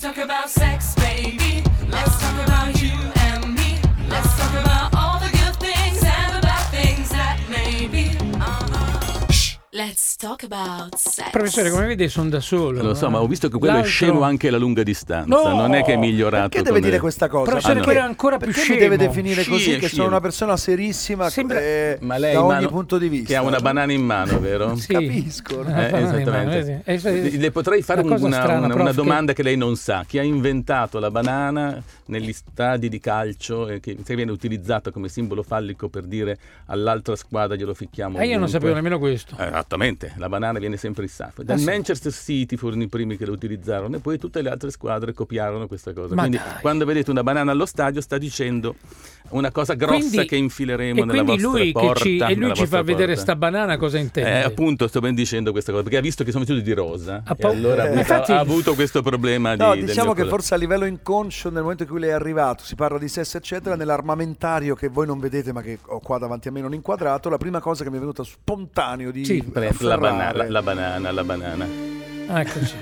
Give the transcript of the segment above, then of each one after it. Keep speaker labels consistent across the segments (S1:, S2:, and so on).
S1: talk about sex, baby. Let's talk about you and me. Let's talk about all the good things and the bad things that may be. Uh-huh. Let's talk about sex.
S2: Professore, come vede sono da solo. eh?
S3: Lo so, ma ho visto che quello
S2: L'altro-
S3: è scemo anche la lunga distanza.
S2: No!
S3: non è che è migliorato.
S4: Perché deve
S3: con
S4: dire
S3: le-
S4: questa cosa?
S2: Professore,
S4: Perché-
S2: quello è ancora più
S4: perché
S2: scemo.
S4: mi deve definire
S3: Sì,
S4: così
S3: è
S4: che
S3: scemo.
S4: sono una persona serissima
S2: Sembra-
S4: eh,
S3: Ma lei
S4: da
S3: in
S4: ogni
S3: mano-
S4: punto di vista.
S3: Che ha una banana in mano, vero?
S2: Sì.
S4: Capisco. no?
S2: Eh,
S3: Eh,
S2: banana in mano,
S3: esattamente.
S2: vedi? Eh, sì.
S3: Le potrei fare
S2: Una
S3: una,
S2: cosa strana,
S3: una-
S2: prof,
S3: una
S2: che-
S3: domanda che... lei non sa. Chi ha inventato la banana negli stadi di calcio e che se viene utilizzata come simbolo fallico per dire all'altra squadra glielo ficchiamo?
S2: E Ah, Eh, io non
S3: ovunque?
S2: sapevo nemmeno questo.
S3: Eh, Esattamente, la banana viene sempre in sacco. Dal
S2: Ah, sì?
S3: Manchester City furono i primi che la utilizzarono e poi tutte le altre squadre copiarono questa cosa.
S2: Ma
S3: quindi
S2: dai.
S3: quando vedete una banana allo stadio sta dicendo una cosa grossa
S2: Quindi-
S3: che infileremo
S2: E
S3: nella
S2: quindi
S3: vostra
S2: lui, che
S3: porta.
S2: ci, e lui
S3: nella
S2: ci fa
S3: vostra
S2: vedere
S3: porta.
S2: sta banana cosa intende.
S3: Eh, appunto, sto ben dicendo questa cosa perché ha visto che sono tutti di rosa
S2: Ha
S3: e
S2: paura.
S3: allora ha
S4: Eh,
S3: avuto,
S2: Ah, infatti-
S3: ha avuto questo problema. Di,
S4: No,
S3: del
S4: diciamo che
S3: mio-
S4: forse a livello inconscio, nel momento in cui lei è arrivato, si parla di sesso, eccetera, nell'armamentario che voi non vedete, ma che ho qua davanti a me non inquadrato, la prima cosa che mi è venuta spontaneo di
S2: Sì,
S3: la
S4: afferrare-
S3: banana, la banana, la banana.
S2: Ah, Eccoci.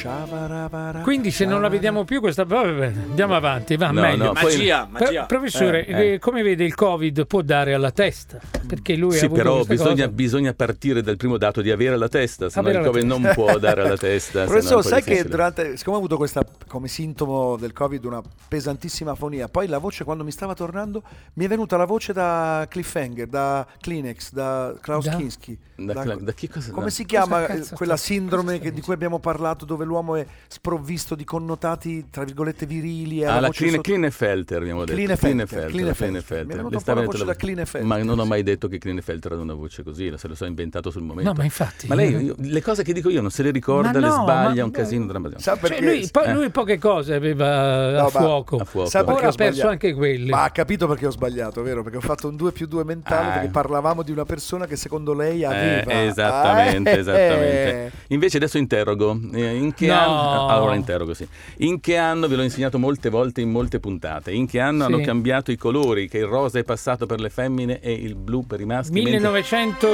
S4: Shabarabara,
S2: Quindi se non la
S4: shabarabara.
S2: vediamo più questa... Vabbè, vabbè, andiamo avanti, va
S3: No,
S2: meglio.
S3: no, poi-
S5: Magia,
S2: Pro-
S5: magia.
S2: professore,
S3: Eh, eh.
S2: eh, come vede il Covid può dare alla testa, perché lui ha
S3: Sì,
S2: avuto
S3: però
S2: questa
S3: bisogna,
S2: cosa.
S3: bisogna partire dal primo dato di avere la testa, se no
S2: Avere
S3: il
S2: la
S3: Covid
S2: testa.
S3: non può dare alla testa. se no è un
S4: Professore,
S3: po'
S4: sai che
S3: difficile.
S4: durante, siccome ho avuto questa come sintomo del Covid una pesantissima afonia, poi la voce quando mi stava tornando mi è venuta la voce da Cliffhanger, da Kleenex, da Klaus
S2: Da?
S4: Kinski.
S3: Da Kla- da chi cosa-
S4: come
S3: da-
S4: si
S2: Cosa
S4: chiama
S2: cazzo
S4: eh,
S2: sta-
S4: quella
S2: cosa sta
S4: sindrome che- di
S2: dicendo?
S4: cui abbiamo parlato dove l'uomo è sprovvisto di connotati tra virgolette virili e ha
S3: Ah, la
S4: voce
S3: Kline,
S4: sotto-
S3: Klinefelter abbiamo detto.
S4: Klinefelter,
S3: Klinefelter,
S4: Klinefelter.
S3: Klinefelter.
S4: Mi è venuta
S3: Le
S4: un po'
S3: stava
S4: la voce
S3: dentro
S4: da Klinefelter,
S3: Ma non ho
S4: sì.
S3: mai detto che Klinefelter era una voce così, se lo sono inventato sul momento.
S2: No, ma infatti... Cioè,
S3: Ma lei, io- le cose che dico io non se le ricorda,
S2: Ma
S3: le
S2: no,
S3: sbaglia,
S2: ma-
S3: è un casino drammatico.
S4: Sa
S2: Cioè,
S4: perché
S2: lui, po-
S3: eh.
S2: lui poche cose aveva
S4: No,
S2: a
S4: ma-
S2: fuoco.
S3: A fuoco.
S4: Sa
S2: Ora
S4: perché ho
S2: ha perso
S4: sbagliato?
S2: anche quelli.
S4: Ma ha capito perché ho sbagliato, vero? Perché ho fatto un 2 più 2 mentale
S3: Ah.
S4: perché parlavamo di una persona che secondo lei
S3: Eh,
S4: aveva.
S3: esattamente,
S4: Ah, eh,
S3: esattamente. Invece adesso interrogo. eh, In che
S2: No.
S3: anno? Allora interrogo, sì. In che anno, ve l'ho insegnato molte volte in molte puntate, in che anno
S2: Sì.
S3: hanno cambiato i colori, che il rosa è passato per le femmine e il blu per i maschi? mentre-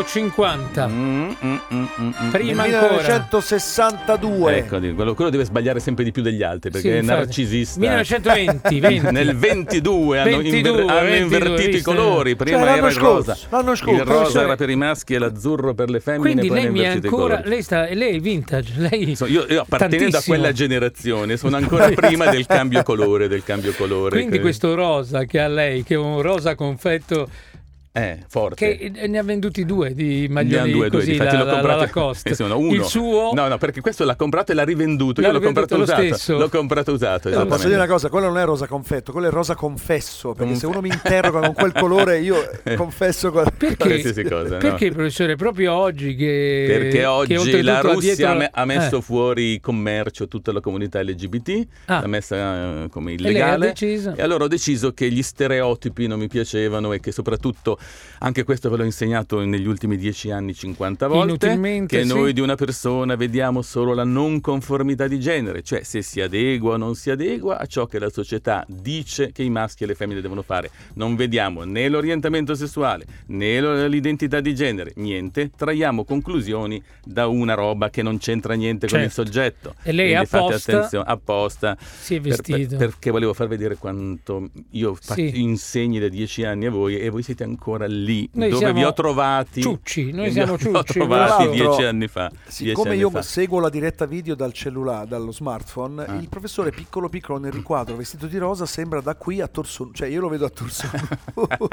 S2: 1950.
S3: Mm, mm, mm, mm, mm.
S2: Prima
S4: Nel
S2: ancora.
S4: 1962.
S3: Ecco, di- quello, quello deve sbagliare sempre di più degli altri perché
S2: Sì,
S3: è
S2: infatti.
S3: narcisista.
S2: 1920, 20.
S3: Nel 22 hanno,
S2: 22,
S3: inver- hanno
S2: 22,
S3: invertito i
S2: visto? Cioè,
S3: colori. Prima
S4: l'anno
S3: era il
S4: scorso,
S3: rosa.
S4: l'anno scorso,
S3: il rosa
S2: professore.
S3: era per i maschi e l'azzurro per le femmine.
S2: cioè- Quindi
S3: poi
S2: lei
S3: hanno
S2: mi ha
S3: invertito i
S2: ancora.
S3: colori.
S2: Lei, sta, lei è vintage. Lei
S3: Insomma, io, io appartenendo
S2: tantissimo.
S3: a quella generazione sono ancora prima del cambio colore, del cambio colore.
S2: Quindi
S3: che-
S2: questo rosa che ha lei, che è un rosa confetto,
S3: Eh, forte.
S2: che ne ha venduti due di
S3: Ne hanno
S2: maglioni
S3: due, due,
S2: così,
S3: difatti
S2: la,
S3: l'ho
S2: la-
S3: comprato-
S2: la Lacoste.
S3: Eh, sì, no, uno.
S2: Il suo...
S3: No, no, perché questo l'ha comprato e l'ha rivenduto. Io
S2: L'ha
S3: l'ho comprato
S2: rivenduto lo
S3: usato.
S2: stesso. Eh,
S3: L'ho comprato usato.
S4: Io posso
S3: esattamente.
S4: dire una cosa, quello non è rosa confetto, quello è rosa confesso, perché se
S3: Conf-
S4: uno mi interroga con quel colore io confesso qual-
S2: Perché,
S3: Qualsiasi cosa, no?
S2: perché professore, proprio oggi che...
S3: Perché
S2: che
S3: oggi
S2: oltretutto
S3: la
S2: ha
S3: Russia
S2: dietro-
S3: ha me- ha messo
S2: Eh.
S3: fuori commercio tutta la comunità LGBT,
S2: Ah.
S3: l'ha messa eh, come
S2: lei ha
S3: illegale.
S2: deciso?
S3: E allora ho deciso che gli stereotipi non mi piacevano e che soprattutto, anche questo ve l'ho insegnato negli ultimi 10 anni 50 volte,
S2: Inutilmente,
S3: che
S2: sì.
S3: noi di una persona vediamo solo la non conformità di genere, cioè se si adegua o non si adegua a ciò che la società dice che i maschi e le femmine devono fare. Non vediamo né l'orientamento sessuale né lo- l'identità di genere, niente, traiamo conclusioni da una roba che non c'entra niente con il
S2: Certo.
S3: soggetto.
S2: E lei
S3: Quindi fate
S2: apposta-
S3: attenzione, apposta
S2: Si è
S3: per- per-
S2: vestito.
S3: perché volevo far vedere quanto io faccio-
S2: Sì.
S3: insegno da dieci anni a voi e voi siete ancora lì
S2: Noi
S3: dove
S2: siamo
S3: vi ho trovati.
S2: ciucci, noi
S3: vi
S2: siamo
S3: ho- vi ho
S2: ciucci,
S3: trovati
S4: bravo.
S3: dieci anni fa. dieci
S4: Siccome
S3: anni
S4: io
S3: fa.
S4: seguo la diretta video dal cellulare, dallo smartphone,
S3: Ah.
S4: il professore piccolo piccolo nel riquadro vestito di rosa sembra da qui a torso, cioè io lo vedo a torso nudo.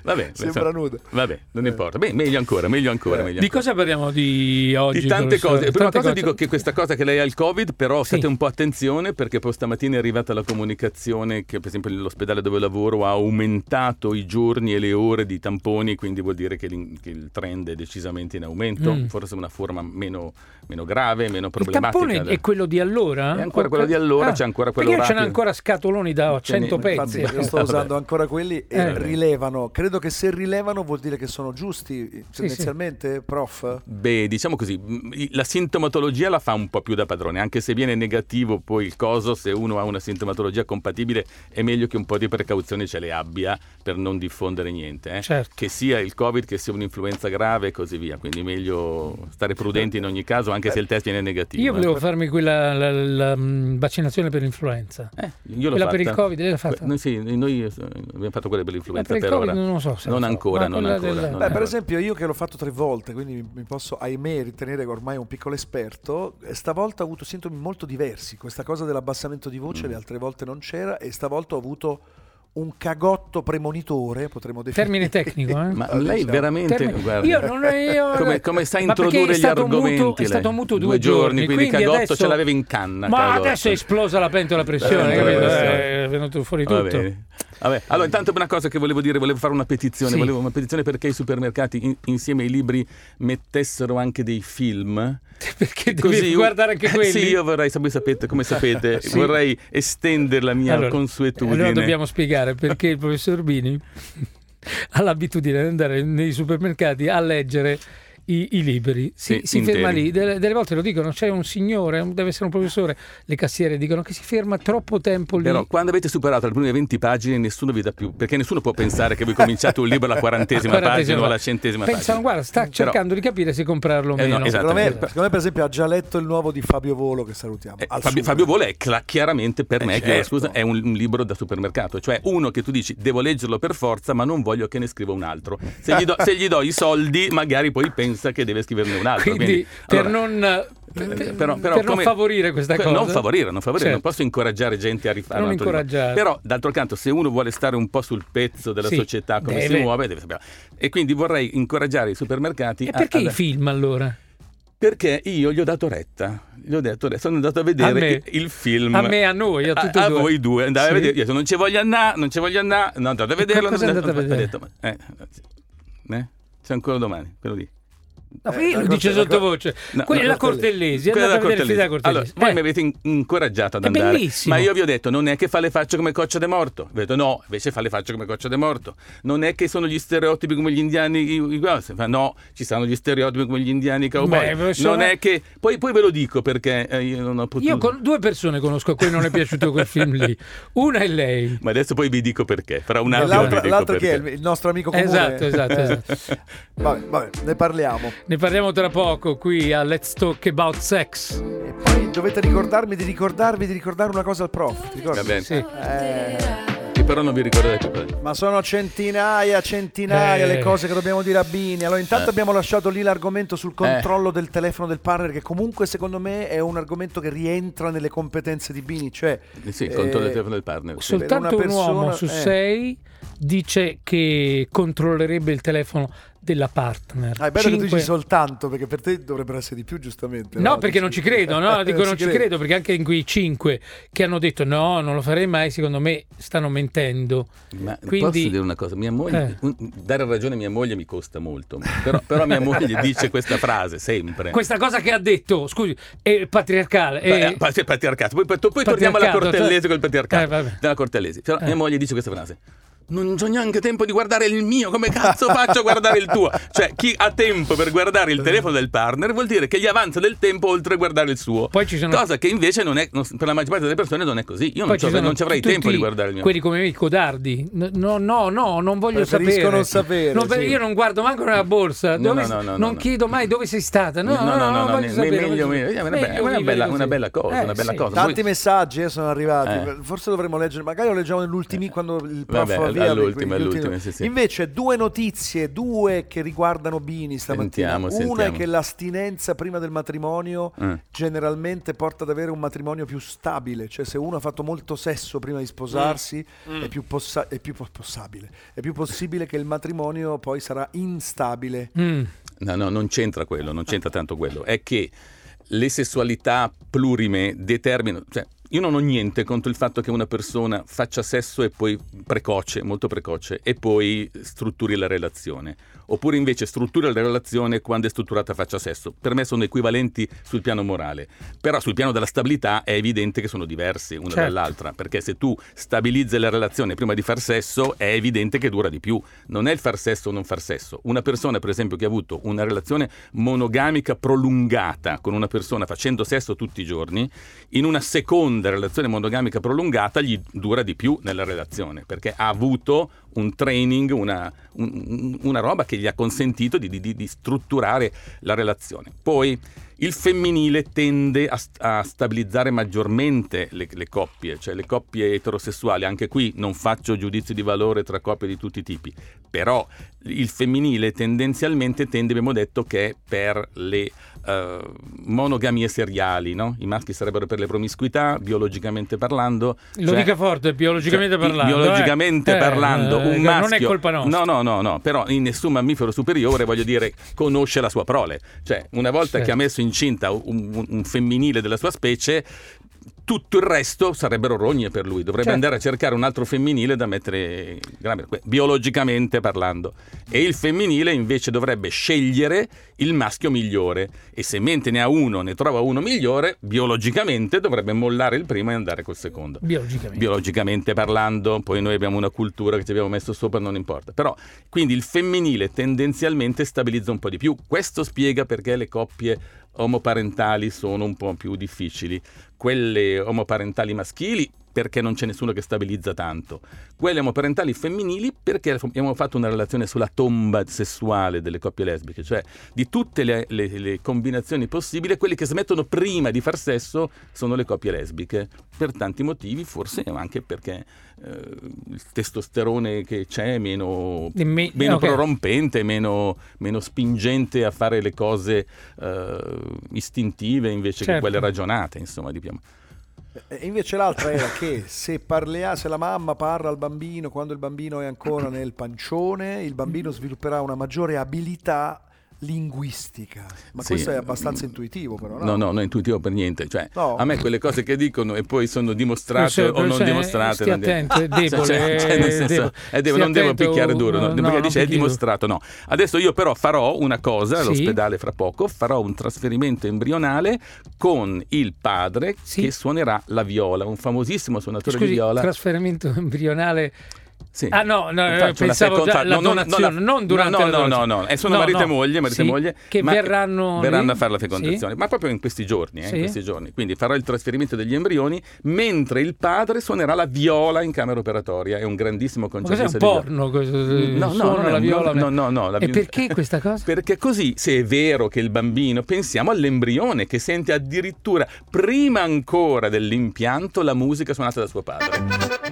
S3: Vabbè,
S4: sembra Eh. nudo.
S3: Vabbè, non importa. Beh, meglio ancora, meglio ancora, meglio
S2: Di
S3: ancora.
S2: cosa parliamo di oggi?
S3: Di tante
S2: professore?
S3: cose. Prima
S2: Tante
S3: cosa
S2: cose.
S3: dico che questa cosa che lei ha il Covid, però
S2: Sì.
S3: fate un po' attenzione perché poi stamattina è arrivata la comunicazione che per esempio l'ospedale dove lavoro ha aumentato i giorni e le ore di tamponi, quindi vuol dire che, l'in- che il trend è decisamente in aumento,
S2: Mm.
S3: forse una forma meno, meno grave, meno
S2: Il
S3: problematica.
S2: tampone è quello di allora? Ah,
S3: È ancora quello di allora, c'è ancora quello
S2: Perché io ce n'ho
S3: rapido.
S2: ancora scatoloni da 100
S3: Quindi,
S2: pezzi.
S4: Infatti io sto
S3: Vabbè.
S4: usando ancora quelli e
S2: Eh.
S4: rilevano. Credo che se rilevano vuol dire che sono giusti tendenzialmente, prof.
S3: Beh, diciamo così, mh, la sintomatologia la fa un po' più da padrone, anche se viene negativo poi il coso, se uno ha una sintomatologia compatibile è meglio che un po' di precauzioni ce le abbia per non diffondere niente, eh.
S2: Certo.
S3: che sia il Covid, che sia un'influenza grave e così via. Quindi meglio stare prudenti in ogni caso, anche se il test viene negativo.
S2: Io
S3: eh.
S2: volevo farmi quella la, la, mm, vaccinazione per l'influenza.
S3: Eh, io l'ho
S2: Quella
S3: fatta.
S2: per il Covid, lei l'ha fatta?
S3: Que- Noi, sì, noi eh, abbiamo fatto quella per
S2: Ma
S3: l'influenza
S2: per il
S3: per
S2: Covid
S3: ora.
S2: non lo so. se
S3: Non
S2: lo so,
S3: ancora,
S2: ma
S3: non
S2: quella
S3: ancora,
S2: del-
S3: non
S4: Beh, per
S3: ancora.
S4: esempio, io che l'ho fatto tre volte, quindi mi- mi posso, ahimè, ritenere ormai un piccolo esperto, eh, stavolta ho avuto sintomi molto diversi. Questa cosa dell'abbassamento di
S3: Mm.
S4: voce le altre volte non c'era e stavolta ho avuto un cagotto premonitore, potremmo
S2: Termine
S4: definire.
S2: tecnico, eh?
S3: Ma
S4: Ah,
S3: lei
S4: diciamo.
S3: veramente...
S2: Termine-
S3: guarda,
S2: io non io
S3: come, come sa
S2: ma perché
S3: introdurre
S2: è
S3: gli
S2: stato
S3: argomenti?
S2: muto, è
S3: lei?
S2: stato muto due,
S3: giorni, quindi Cagotto
S2: adesso-
S3: ce l'aveva in canna.
S2: ma
S3: Cagotto.
S2: adesso è esplosa la pentola a pressione
S3: Eh,
S2: capito?
S3: eh,
S2: è venuto fuori
S3: Va
S2: tutto
S3: bene. Vabbè, Allora, intanto una cosa che volevo dire, volevo fare una petizione,
S2: Sì.
S3: volevo una petizione perché i supermercati in- insieme ai libri mettessero anche dei film.
S2: perché devi guardare anche quelli
S3: eh, Sì, io vorrei, come sapete, come sapete
S2: Sì.
S3: vorrei estendere la mia
S2: Allora,
S3: consuetudine.
S2: allora dobbiamo spiegare perché il professor Bini ha l'abitudine di andare nei supermercati a leggere i, i libri. Si,
S3: Sì,
S2: si ferma
S3: interi.
S2: lì. Delle, delle volte lo dicono: c'è un signore, un- deve essere un professore. Le cassiere dicono che si ferma troppo tempo lì.
S3: Però quando avete superato le prime 20 pagine nessuno vi dà più, perché nessuno può pensare che voi cominciate un libro alla quarantesima
S2: Quarantesima
S3: pagina o alla
S2: pagina.
S3: centesima
S2: Pensano,
S3: pagina.
S2: guarda, sta
S3: Però-
S2: cercando di capire se comprarlo o
S3: Eh no,
S2: meno.
S3: esatto.
S4: Secondo me,
S3: Esatto.
S4: secondo me, per esesempio, ha già letto il nuovo di Fabio Volo, che salutiamo.
S3: Eh,
S4: al
S3: Fabio,
S4: Sud.
S3: Fabio Volo è cla- chiaramente per
S4: Eh,
S3: me,
S4: certo.
S3: chiedo scusa, è un, un libro da supermercato, cioè uno che tu dici devo leggerlo per forza ma non voglio che ne scriva un altro. Se gli do, se gli do i soldi magari poi pensa che deve scriverne un altro.
S2: Quindi, per non.
S3: per-
S2: per-
S3: però- però
S2: per non
S3: come-
S2: favorire questa
S3: que-
S2: cosa,
S3: Non favorire, non favorire,
S2: Certo.
S3: non posso incoraggiare gente a rifare
S2: Non
S3: un altro libro.
S2: incoraggiare.
S3: Però d'altro canto se uno vuole stare un po' sul pezzo della
S2: Sì,
S3: società, come
S2: deve.
S3: si muove, deve sapere. E quindi vorrei incoraggiare i supermercati
S2: E
S3: a-
S2: perché
S3: ad-
S2: i film allora?
S3: perché io gli ho dato retta. Gli ho detto, adesso sono andato a vedere
S2: A me.
S3: il- il film.
S2: A me, a noi, a tutti e due.
S3: voi due. Andai
S2: Sì.
S3: a vedere. Io ho detto, non ci voglio andare, non ci voglio andare. No, andate a vederlo.
S2: cosa
S3: non-
S2: andate a
S3: non-
S2: vedere?
S3: Ho detto, ma- eh, eh, c'è ancora domani, quello lì.
S2: No,
S4: Eh,
S2: io
S4: la
S2: lo dice
S4: corte- la
S2: sottovoce.
S3: No,
S2: quella
S3: no,
S2: la Cortellesi,
S3: Quella
S2: andate a vedere il film
S3: Cortellesi.
S2: della Cortellesi.
S3: Allora, voi
S2: Eh.
S3: mi avete in- incoraggiato ad
S2: È
S3: andare.
S2: bellissimo.
S3: Ma io vi ho detto, non è che fa le facce come Coccia de Morto. Vi ho detto, no, invece fa le facce come Coccia de Morto. Non è che sono gli stereotipi come gli indiani. i- i- guarda, fa, No, ci sono gli stereotipi come gli indiani i
S2: Beh,
S3: cowboy.
S2: professore-
S3: non è che. Poi, poi ve lo dico perché eh, io non ho potuto.
S2: Io con due persone conosco a cui non è piaciuto quel film lì. Una è lei.
S3: Ma adesso poi vi dico perché. Fra un
S4: E
S3: attimo.
S4: l'altro,
S3: vi dico
S4: l'altro chi è?
S3: perché.
S4: Il nostro amico comune.
S2: Esatto, esatto,
S4: Eh.
S2: esatto.
S4: Vabbè, vabbè, ne parliamo.
S2: Ne parliamo tra poco qui a Let's Talk About Sex.
S4: E poi dovete ricordarmi di ricordarvi di ricordare una cosa al prof. ti ricordi? Eh,
S3: Va bene.
S2: Sì.
S3: Che però non vi ricordate più.
S4: Ma sono centinaia, centinaia
S2: Eh.
S4: le cose che dobbiamo dire a Bini. Allora, intanto
S3: Eh.
S4: abbiamo lasciato lì l'argomento sul controllo del telefono del partner, che comunque secondo me è un argomento che rientra nelle competenze di Bini. Cioè,
S3: Sì,
S4: eh,
S3: controllo il telefono del partner. sì.
S4: Sol-
S2: Soltanto
S4: per una
S2: un uomo
S4: persona-
S2: su
S4: eh.
S2: sei dice che controllerebbe il telefono della partner.
S4: Ah, è bello che tu
S2: Cinque-
S4: dici soltanto, perché per te dovrebbero essere di più, giustamente.
S2: No, perché non ci credo, no? Dico
S4: Eh,
S2: non ci
S4: credo.
S2: credo, perché anche in quei cinque che hanno detto no, non lo farei mai, secondo me stanno mentendo.
S3: Ma
S2: Quindi-
S3: posso dire una cosa? Mia moglie,
S2: Eh.
S3: un- dare ragione a mia moglie mi costa molto, però, però mia moglie dice questa frase sempre.
S2: Questa cosa che ha detto, scusi, è patriarcale.
S3: Pa-
S2: È...
S3: eh, pa- sì, patriarcato. Poi, poi- poi torniamo alla
S2: Patriarcato,
S3: cortellese
S2: cioè-
S3: col
S2: Eh,
S3: patriarcato.
S2: vabbè.
S3: della cortellese. Però
S2: Eh.
S3: mia moglie dice questa frase. Non ho neanche tempo di guardare il mio, come cazzo faccio a guardare il tuo? Cioè, chi ha tempo per guardare il telefono del partner vuol dire che gli avanza del tempo oltre a guardare il suo.
S2: Poi ci sono-
S3: Cosa che invece non è, non- per la maggior parte delle persone non è così. Io
S2: Poi
S3: non, ci
S2: ci
S3: avrei-
S2: sono
S3: non ci avrei
S2: tutti
S3: tempo di guardare il mio.
S2: Quelli come me, i codardi. N- No, no, no, non voglio
S4: Preferisco
S2: sapere.
S4: non sapere,
S2: Non per-
S4: sì.
S2: Io non guardo manco nella borsa.
S3: No,
S2: Dove-
S3: no, no, no,
S2: non
S3: no.
S2: chiedo mai dove sei stata. No, no, no, non voglio
S3: ne-
S2: sapere.
S3: meglio,
S2: voglio-
S3: meglio. Eh, È una bella-
S2: meglio
S3: una bella-
S2: vivere
S3: una bella
S2: così.
S3: cosa,
S2: Eh,
S3: una bella
S2: sì.
S3: cosa.
S4: Tanti
S3: Voi-
S4: messaggi eh, sono arrivati,
S3: Eh.
S4: forse dovremmo leggere, magari lo leggiamo nell'ultimi quando il prof
S3: Vabbè,
S4: va via.
S3: all'ultima,
S4: gli ultimi-
S3: all'ultima, sì, sì.
S4: Invece due notizie, due che riguardano Bini stamattina.
S3: Sentiamo,
S4: Una è
S3: sentiamo.
S4: che l'astinenza prima del matrimonio
S3: Eh.
S4: generalmente porta ad avere un matrimonio più stabile, cioè se uno ha fatto molto sesso prima di sposarsi È, più possa- è più po- possibile, è più possibile che il matrimonio poi sarà instabile.
S2: Mm.
S3: No, no, non c'entra quello, non c'entra tanto quello. È che le sessualità plurime determinano. Cioè, io non ho niente contro il fatto che una persona faccia sesso e poi precoce, molto precoce, e poi strutturi la relazione. Oppure invece struttura la relazione quando è strutturata faccia sesso. Per me sono equivalenti sul piano morale. Però sul piano della stabilità è evidente che sono diverse una
S2: Certo.
S3: dall'altra. Perché se tu stabilizzi la relazione prima di far sesso, è evidente che dura di più non è il far sesso o non far sesso. Una persona, per esempio, che ha avuto una relazione monogamica prolungata con una persona facendo sesso tutti i giorni, in una seconda relazione monogamica prolungata gli dura di più nella relazione, perché ha avuto un training, una, un- una roba che gli ha consentito di, di- di strutturare la relazione. Poi il femminile tende a, st- a stabilizzare maggiormente le, le coppie, cioè le coppie eterosessuali. Anche qui non faccio giudizi di valore tra coppie di tutti i tipi, però il femminile tendenzialmente tende, abbiamo detto, che è per le eh, monogamie seriali, no? I maschi sarebbero per le promiscuità, biologicamente parlando.
S2: Lo
S3: cioè-
S2: dica forte, biologicamente
S3: cioè,
S2: parlando. eh.
S3: biologicamente
S2: Eh,
S3: parlando,
S2: eh,
S3: un
S2: non
S3: maschio.
S2: è colpa nostra.
S3: No, no, no, no, però in nessun mammifero superiore, voglio dire, conosce la sua prole. Cioè, una volta
S2: Certo.
S3: che ha messo incinta un, un- un femminile della sua specie, tutto il resto sarebbero rogne per lui. Dovrebbe
S2: Certo.
S3: andare a cercare un altro femminile da mettere in grembo, que- biologicamente parlando. E il femminile invece dovrebbe scegliere il maschio migliore. E se mente ne ha uno, ne trova uno migliore, biologicamente dovrebbe mollare il primo e andare col secondo
S2: Biologicamente.
S3: biologicamente parlando, poi noi abbiamo una cultura che ci abbiamo messo sopra, non importa. Però, quindi il femminile tendenzialmente stabilizza un po' di più. Questo spiega perché le coppie omoparentali sono un po' più difficili. Quelle omoparentali maschili perché non c'è nessuno che stabilizza tanto. Quelle omoparentali femminili perché abbiamo fatto una relazione sulla tomba sessuale delle coppie lesbiche, cioè di tutte le, le- le combinazioni possibili, quelle che smettono prima di far sesso sono le coppie lesbiche, per tanti motivi, forse anche perché eh, il testosterone che c'è è meno,
S2: E me-
S3: meno
S2: ok.
S3: prorompente, meno, meno spingente a fare le cose eh, istintive invece che
S2: Certo.
S3: quelle ragionate, insomma, diciamo. di più.
S4: E invece l'altra era che se, parlea- se la mamma parla al bambino quando il bambino è ancora nel pancione, il bambino svilupperà una maggiore abilità linguistica. Ma
S3: Sì,
S4: questo è abbastanza
S3: mm,
S4: intuitivo, però, no?
S3: No, no, non è intuitivo per niente. Cioè,
S4: No.
S3: a me quelle cose che dicono e poi sono dimostrate
S2: Cioè,
S3: o non
S2: cioè,
S3: dimostrate.
S2: stia
S3: non de-
S2: attento, è debole,
S3: Cioè, cioè, nel senso,
S2: è debole.
S3: è debole,
S2: Stia
S3: non devo
S2: attento,
S3: picchiare duro, no,
S2: no,
S3: perché
S2: no,
S3: dice è
S2: picchi duro".
S3: dimostrato. No, adesso io però farò una cosa
S2: Sì.
S3: all'ospedale fra poco, farò un trasferimento embrionale con il padre
S2: Sì.
S3: che suonerà la viola, un famosissimo suonatore
S2: Scusi,
S3: di viola.
S2: trasferimento embrionale.
S3: Sì.
S2: Ah no, no
S3: Faccio una
S2: pensavo
S3: seconda-
S2: già la
S3: no, no, no, la-
S2: donazione, non durante
S3: no,
S2: la
S3: no,
S2: donazione.
S3: no, no, eh, sono
S2: No,
S3: marito e
S2: no.
S3: moglie, marito e
S2: Sì,
S3: moglie
S2: che
S3: ma-
S2: verranno,
S3: verranno
S2: lì.
S3: a fare la
S2: Sì.
S3: fecondazione, ma proprio in questi giorni, eh, in
S2: Sì.
S3: questi giorni. Quindi farò il trasferimento degli embrioni mentre il padre suonerà la viola in camera operatoria, è un grandissimo
S2: Ma
S3: concerto.
S2: cos'è un porno? Questo,
S3: No, no,
S2: suono
S3: non è
S2: la
S3: un-
S2: viola.
S3: no, no, no, la
S2: e
S3: vi-
S2: perché questa cosa?
S3: Perché così, se è vero che il bambino, pensiamo all'embrione che sente addirittura prima ancora dell'impianto la musica suonata da suo padre.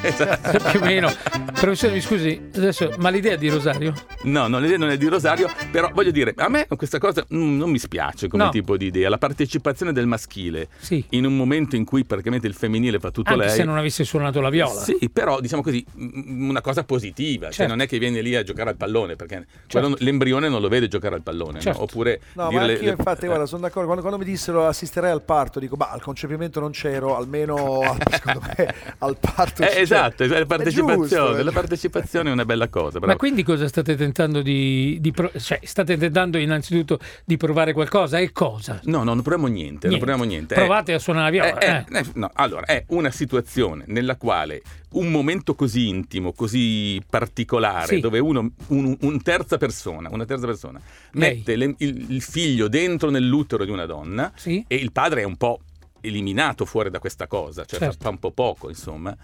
S3: Esatto.
S2: più o meno. Professore, mi scusi, adesso, ma l'idea di Rosario?
S3: No, no, l'idea non è di Rosario, però voglio dire, a me questa cosa mm, non mi spiace come
S2: No.
S3: tipo di idea, la partecipazione del maschile
S2: Sì.
S3: in un momento in cui praticamente il femminile fa tutto
S2: Anche
S3: lei.
S2: se non avesse suonato la viola.
S3: Sì, però diciamo così, m- una cosa positiva, cioè
S2: Certo.
S3: non è che viene lì a giocare al pallone, perché quello- l'embrione non lo vede giocare al pallone, no?
S2: Certo.
S3: oppure
S4: No,
S3: dire
S4: ma
S3: le-
S4: anch'io
S3: le- eh,
S4: infatti, guarda, sono d'accordo. Quando, quando mi dissero assisterei al parto, dico, ma al concepimento non c'ero, almeno al- secondo me al parto
S3: Eh,
S4: ci
S3: esatto,
S4: c'ero.
S3: la
S4: È giusto, eh.
S3: partecipazione,
S4: è
S3: la
S4: giusto.
S3: partecipazione è una bella cosa,
S2: Ma
S3: bravo.
S2: quindi cosa state tentando di, di pro- cioè, state tentando innanzitutto di provare qualcosa e cosa?
S3: No, no, non proviamo niente, non
S2: Niente.
S3: proviamo niente. Eh,
S2: Provate a suonare la viola.
S3: Eh,
S2: eh.
S3: eh, eh, no, allora, è una situazione nella quale un momento così intimo, così particolare,
S2: Sì.
S3: dove uno, un, un terza persona, una terza persona
S2: Lei.
S3: mette le- il, il figlio dentro nell'utero di una donna
S2: Sì?
S3: e il padre è un po' eliminato fuori da questa cosa, cioè
S2: Certo.
S3: fa, fa un po' poco, insomma.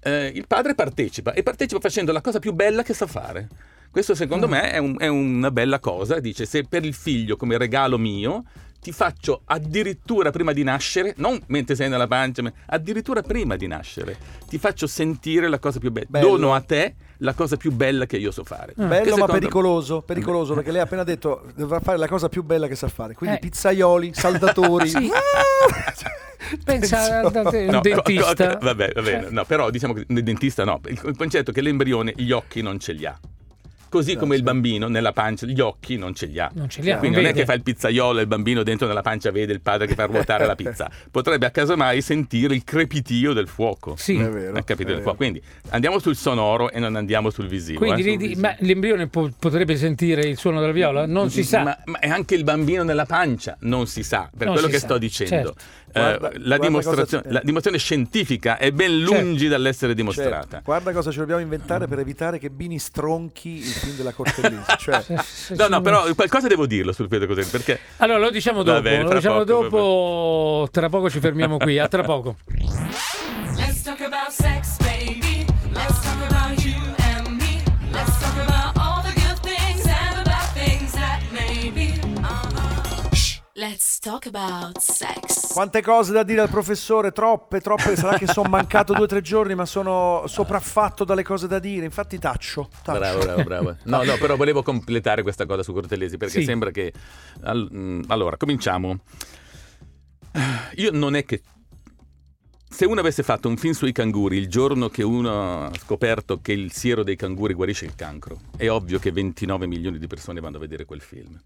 S3: Eh, il padre partecipa e partecipa facendo la cosa più bella che sa fare. Questo secondo
S2: Ah.
S3: me è, un- è una bella cosa, dice se per il figlio come regalo mio ti faccio addirittura prima di nascere, non mentre sei nella pancia, ma addirittura prima di nascere, ti faccio sentire la cosa più bella,
S4: Bello. Mm.
S3: dono a te la cosa più bella che io so fare.
S2: Ah.
S3: Che
S4: Bello ma
S3: secondo-
S4: pericoloso, pericoloso perché lei ha appena detto dovrà fare la cosa più bella che sa fare, quindi
S2: Eh.
S4: pizzaioli, saldatori.
S3: Cioè,
S2: Sì. Pensa
S4: Penso-
S2: al dante- un
S3: No, co- co-
S2: dentista.
S3: vabbè, va bene.
S2: Cioè,
S3: No, però diciamo che nel dentista no. Il, il concetto è che l'embrione gli occhi non ce li ha. Così
S4: Esatto.
S3: come il bambino nella pancia gli occhi non ce li ha.
S2: Certo. non ce li ha.
S3: Quindi non è
S2: vede.
S3: che fa il pizzaiolo e il bambino dentro nella pancia vede il padre che fa ruotare la pizza. Potrebbe a casomai sentire il crepitio del fuoco.
S2: Sì.
S4: È vero.
S3: Ha capito
S4: è
S3: il
S4: vero.
S3: fuoco. Quindi andiamo sul sonoro e non andiamo sul visivo.
S2: Quindi
S3: eh.
S2: lì di- ma l'embrione po- potrebbe sentire il suono della viola? Non si sa.
S3: Ma, ma è anche il bambino nella pancia, non si sa, per
S2: Non
S3: quello
S2: si
S3: che
S2: sa,
S3: sto
S2: certo.
S3: dicendo. Eh,
S4: Guarda-
S3: la,
S4: guarda
S3: dimostrazione,
S4: cosa c'è.
S3: la dimostrazione scientifica è ben
S2: Certo.
S3: lungi dall'essere
S4: Certo.
S3: dimostrata.
S4: Guarda cosa ci dobbiamo inventare per evitare che Bini stronchi il film della Cortellesi. Cioè,
S2: Se- se-
S3: No, no,
S2: se-
S3: però qualcosa devo dirlo sul Pietro Cosenti, perché
S2: Allora lo diciamo
S3: Va
S2: dopo,
S3: bene,
S2: lo
S3: tra
S2: diciamo
S3: poco,
S2: dopo, tra poco ci fermiamo qui, a tra poco.
S1: Let's talk about sex, baby. Let's talk about you and me. Uh-huh. Let's talk about sex.
S4: Quante cose da dire al professore, troppe, troppe. Sarà che sono mancato due o tre giorni, ma sono sopraffatto dalle cose da dire. Infatti, taccio. taccio.
S3: Bravo, bravo, bravo. No, no, però volevo completare questa cosa su Cortellesi perché
S2: Sì.
S3: sembra che... al- mm, allora, cominciamo. Io non è che... Se uno avesse fatto un film sui canguri il giorno che uno ha scoperto che il siero dei canguri guarisce il cancro, è ovvio che 29 milioni di persone vanno a vedere quel film.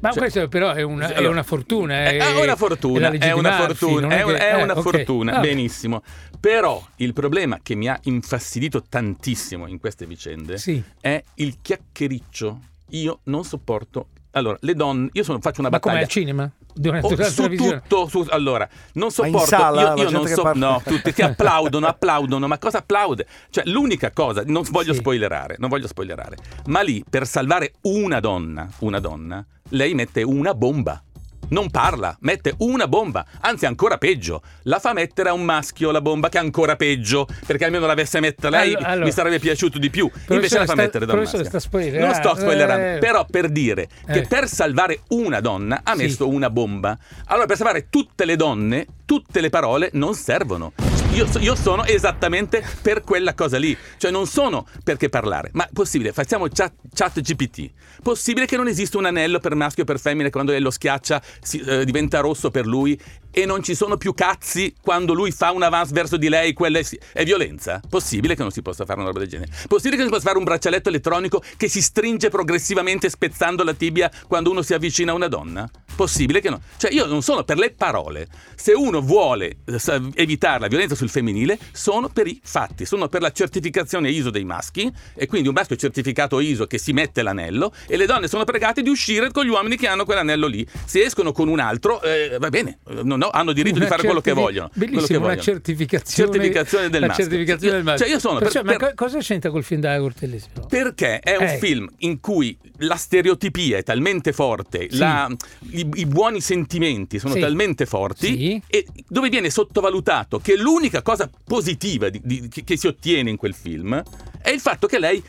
S2: Ma
S3: Cioè-
S2: questo però è una, è
S3: Allora,
S2: una fortuna.
S3: È, è una fortuna,
S2: la legge
S3: è
S2: di
S3: una
S2: Murphy,
S3: fortuna,
S2: non
S3: è, un-
S2: che-
S3: è
S2: eh,
S3: una
S2: ok,
S3: fortuna,
S2: vabbè.
S3: benissimo. Però il problema che mi ha infastidito tantissimo in queste vicende
S2: Sì.
S3: è il chiacchiericcio. Io non sopporto. Allora, le donne, io sono- faccio una
S2: Ma come
S3: battaglia.
S2: al cinema? Durante
S3: Oh,
S2: la
S3: su
S2: televisione?
S3: tutto, su- allora, non sopporto.
S4: sala, la
S3: io io
S4: gente
S3: non
S4: che
S3: so.
S4: parla.
S3: No, tutti ti applaudono, applaudono, ma cosa applaude? Cioè, l'unica cosa, non voglio
S2: Sì.
S3: spoilerare, non voglio spoilerare, ma lì per salvare una donna, una donna, lei mette una bomba. Non parla, mette una bomba, anzi ancora peggio, la fa mettere a un maschio la bomba che è ancora peggio, perché almeno l'avesse messa lei
S2: Allo- allora.
S3: mi sarebbe piaciuto di più, invece la fa
S2: sta-
S3: mettere da un
S2: professore,
S3: maschio.
S2: sta spoilerando.
S3: Non sto spoilerando,
S2: Eh.
S3: però per dire che
S2: Eh.
S3: per salvare una donna ha
S2: Sì.
S3: messo una bomba. Allora, per salvare tutte le donne, tutte le parole non servono. Io, so- io sono esattamente per quella cosa lì. Cioè, non sono perché parlare. Ma possibile, facciamo chat, chat GPT. Possibile che non esista un anello per maschio e per femmina e quando lei lo schiaccia si- eh, diventa rosso per lui e non ci sono più cazzi quando lui fa un avance verso di lei, quella è, è violenza? Possibile che non si possa fare una roba del genere? Possibile che non si possa fare un braccialetto elettronico che si stringe progressivamente spezzando la tibia quando uno si avvicina a una donna? Possibile che no? Cioè io non sono per le parole. Se uno vuole eh, sa- evitare la violenza sul femminile, sono per i fatti, sono per la certificazione ISO dei maschi e quindi un maschio certificato ISO che si mette l'anello e le donne sono pregate di uscire con gli uomini che hanno quell'anello lì. Se escono con un altro, eh, va bene, eh, no, no, hanno diritto di
S2: Una
S3: fare quello che
S2: certifi-
S3: vogliono. quello
S2: Bellissima,
S3: che
S2: una
S3: vogliono.
S2: certificazione,
S3: Certificazione del
S2: la
S3: maschio.
S2: certificazione del maschio.
S3: Cioè io sono per-
S2: Perciò, ma
S3: per-
S2: co- cosa c'entra col film della Cortellesi? però?
S3: Perché è un
S2: Eh.
S3: film in cui la stereotipia è talmente forte,
S2: Sì.
S3: la- i, i buoni sentimenti sono
S2: Sì.
S3: talmente forti,
S2: Sì.
S3: e dove viene sottovalutato che l'unica cosa positiva di- di- che, che si ottiene in quel film è il fatto che lei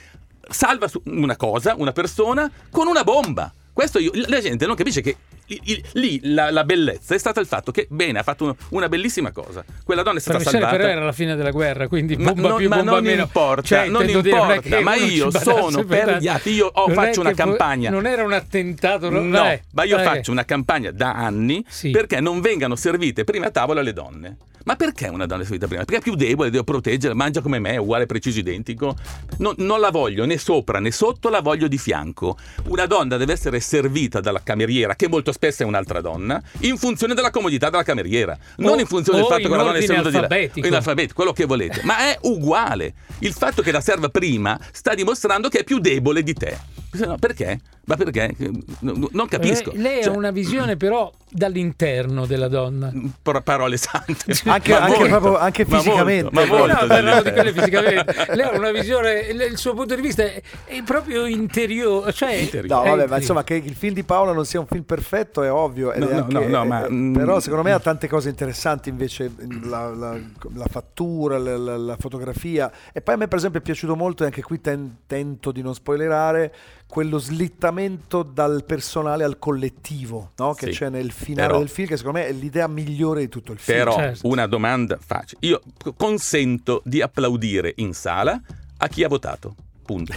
S3: salva su- una cosa, una persona, con una bomba. Questo io- la gente non capisce che i- i- lì la, la bellezza è stata il fatto che, bene, ha fatto un- una bellissima cosa. Quella donna è stata
S2: Professore,
S3: salvata.
S2: però era la fine della guerra, quindi
S3: Ma
S2: bomba
S3: non,
S2: più,
S3: ma
S2: bomba
S3: non
S2: meno.
S3: importa,
S2: Cioè,
S3: non
S2: intendo dire, non è
S3: importa,
S2: che
S3: ma
S2: uno ci
S3: io
S2: badasse
S3: sono
S2: per
S3: per
S2: tanto.
S3: gli atti, io oh,
S2: Non è
S3: faccio una
S2: che fu-
S3: campagna.
S2: Non era un attentato,
S3: No,
S2: dai,
S3: ma io
S2: dai.
S3: faccio una campagna da anni
S2: Sì.
S3: perché non vengano servite prima a tavola le donne. Ma perché una donna è servita prima? Perché è più debole, devo proteggerla, mangia come me, è uguale, preciso, identico. Non, non la voglio né sopra né sotto, la voglio di fianco. Una donna deve essere servita dalla cameriera, che molto spesso è un'altra donna, in funzione della comodità della cameriera. Non
S2: O-
S3: in funzione
S2: o
S3: del fatto
S2: Oh, in
S3: che la donna è
S2: ordine
S3: seduta di là.
S2: alfabetico.
S3: In alfabetico, quello che volete. Ma è uguale. Il fatto che la serva prima sta dimostrando che è più debole di te. Se no, Perché? Ma perché? Non non capisco.
S2: Lei, lei
S3: Cioè,
S2: ha una visione però dall'interno della donna.
S3: par- parole sante.
S4: Anche-
S3: Ma
S4: anche
S3: molto,
S4: proprio- anche
S3: ma molto,
S4: fisicamente.
S3: Ma
S4: No,
S3: molto,
S2: no, parlavo di quelle
S3: dall'interno.
S2: fisicamente. Lei ha una visione, il il suo punto di vista è, è proprio interiore, cioè
S3: Interiore.
S4: No,
S2: è-
S4: vabbè, ma insomma, che il film di Paola non sia un film perfetto è ovvio. ed
S3: No,
S4: è
S3: no,
S4: anche-
S3: no, no,
S4: eh,
S3: ma- mm,
S4: eh, però secondo me ha tante cose interessanti invece la, la- la fattura, la, la- la fotografia. E poi a me, per esempio, è piaciuto molto, e anche qui ten- tento di non spoilerare, quello slittamento dal personale al collettivo no? che
S3: Sì,
S4: c'è nel finale
S3: però-
S4: del film, che secondo me è l'idea migliore di tutto il film.
S3: Però
S2: certo.
S3: una domanda facile. Io consento di applaudire in sala a chi ha votato. Punto.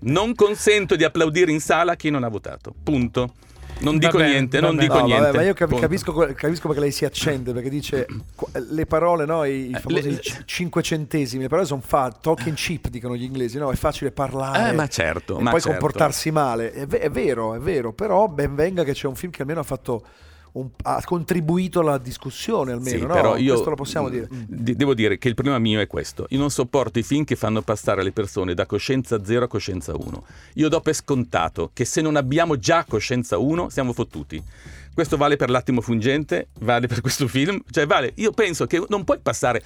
S3: Non consento di applaudire in sala a chi non ha votato. Punto. Non dico
S2: Vabbè,
S3: niente, non
S2: vabbè.
S3: dico
S4: No, vabbè,
S3: niente.
S4: ma io cap-
S3: Punto.
S4: capisco, que- capisco perché lei si accende, perché dice qu- le parole, no, i, i
S3: Eh,
S4: famosi
S3: le-
S4: c- cinque centesimi, le parole sono fa- talking cheap, dicono gli inglesi, no? È facile parlare.
S3: Eh, ma certo,
S4: e
S3: ma
S4: poi
S3: certo.
S4: comportarsi male. È, ve- è vero, è vero, però ben venga che c'è un film che almeno ha fatto... un- ha contribuito alla discussione almeno,
S3: Sì,
S4: no?
S3: però io mm,
S4: questo lo possiamo
S3: mh,
S4: dire.
S3: de- devo dire che il problema mio è questo. Io non sopporto i film che fanno passare le persone da coscienza 0 a coscienza 1. Io do per scontato che se non abbiamo già coscienza 1 siamo fottuti. Questo vale per L'attimo fungente, vale per questo film, cioè vale, io penso che non puoi passare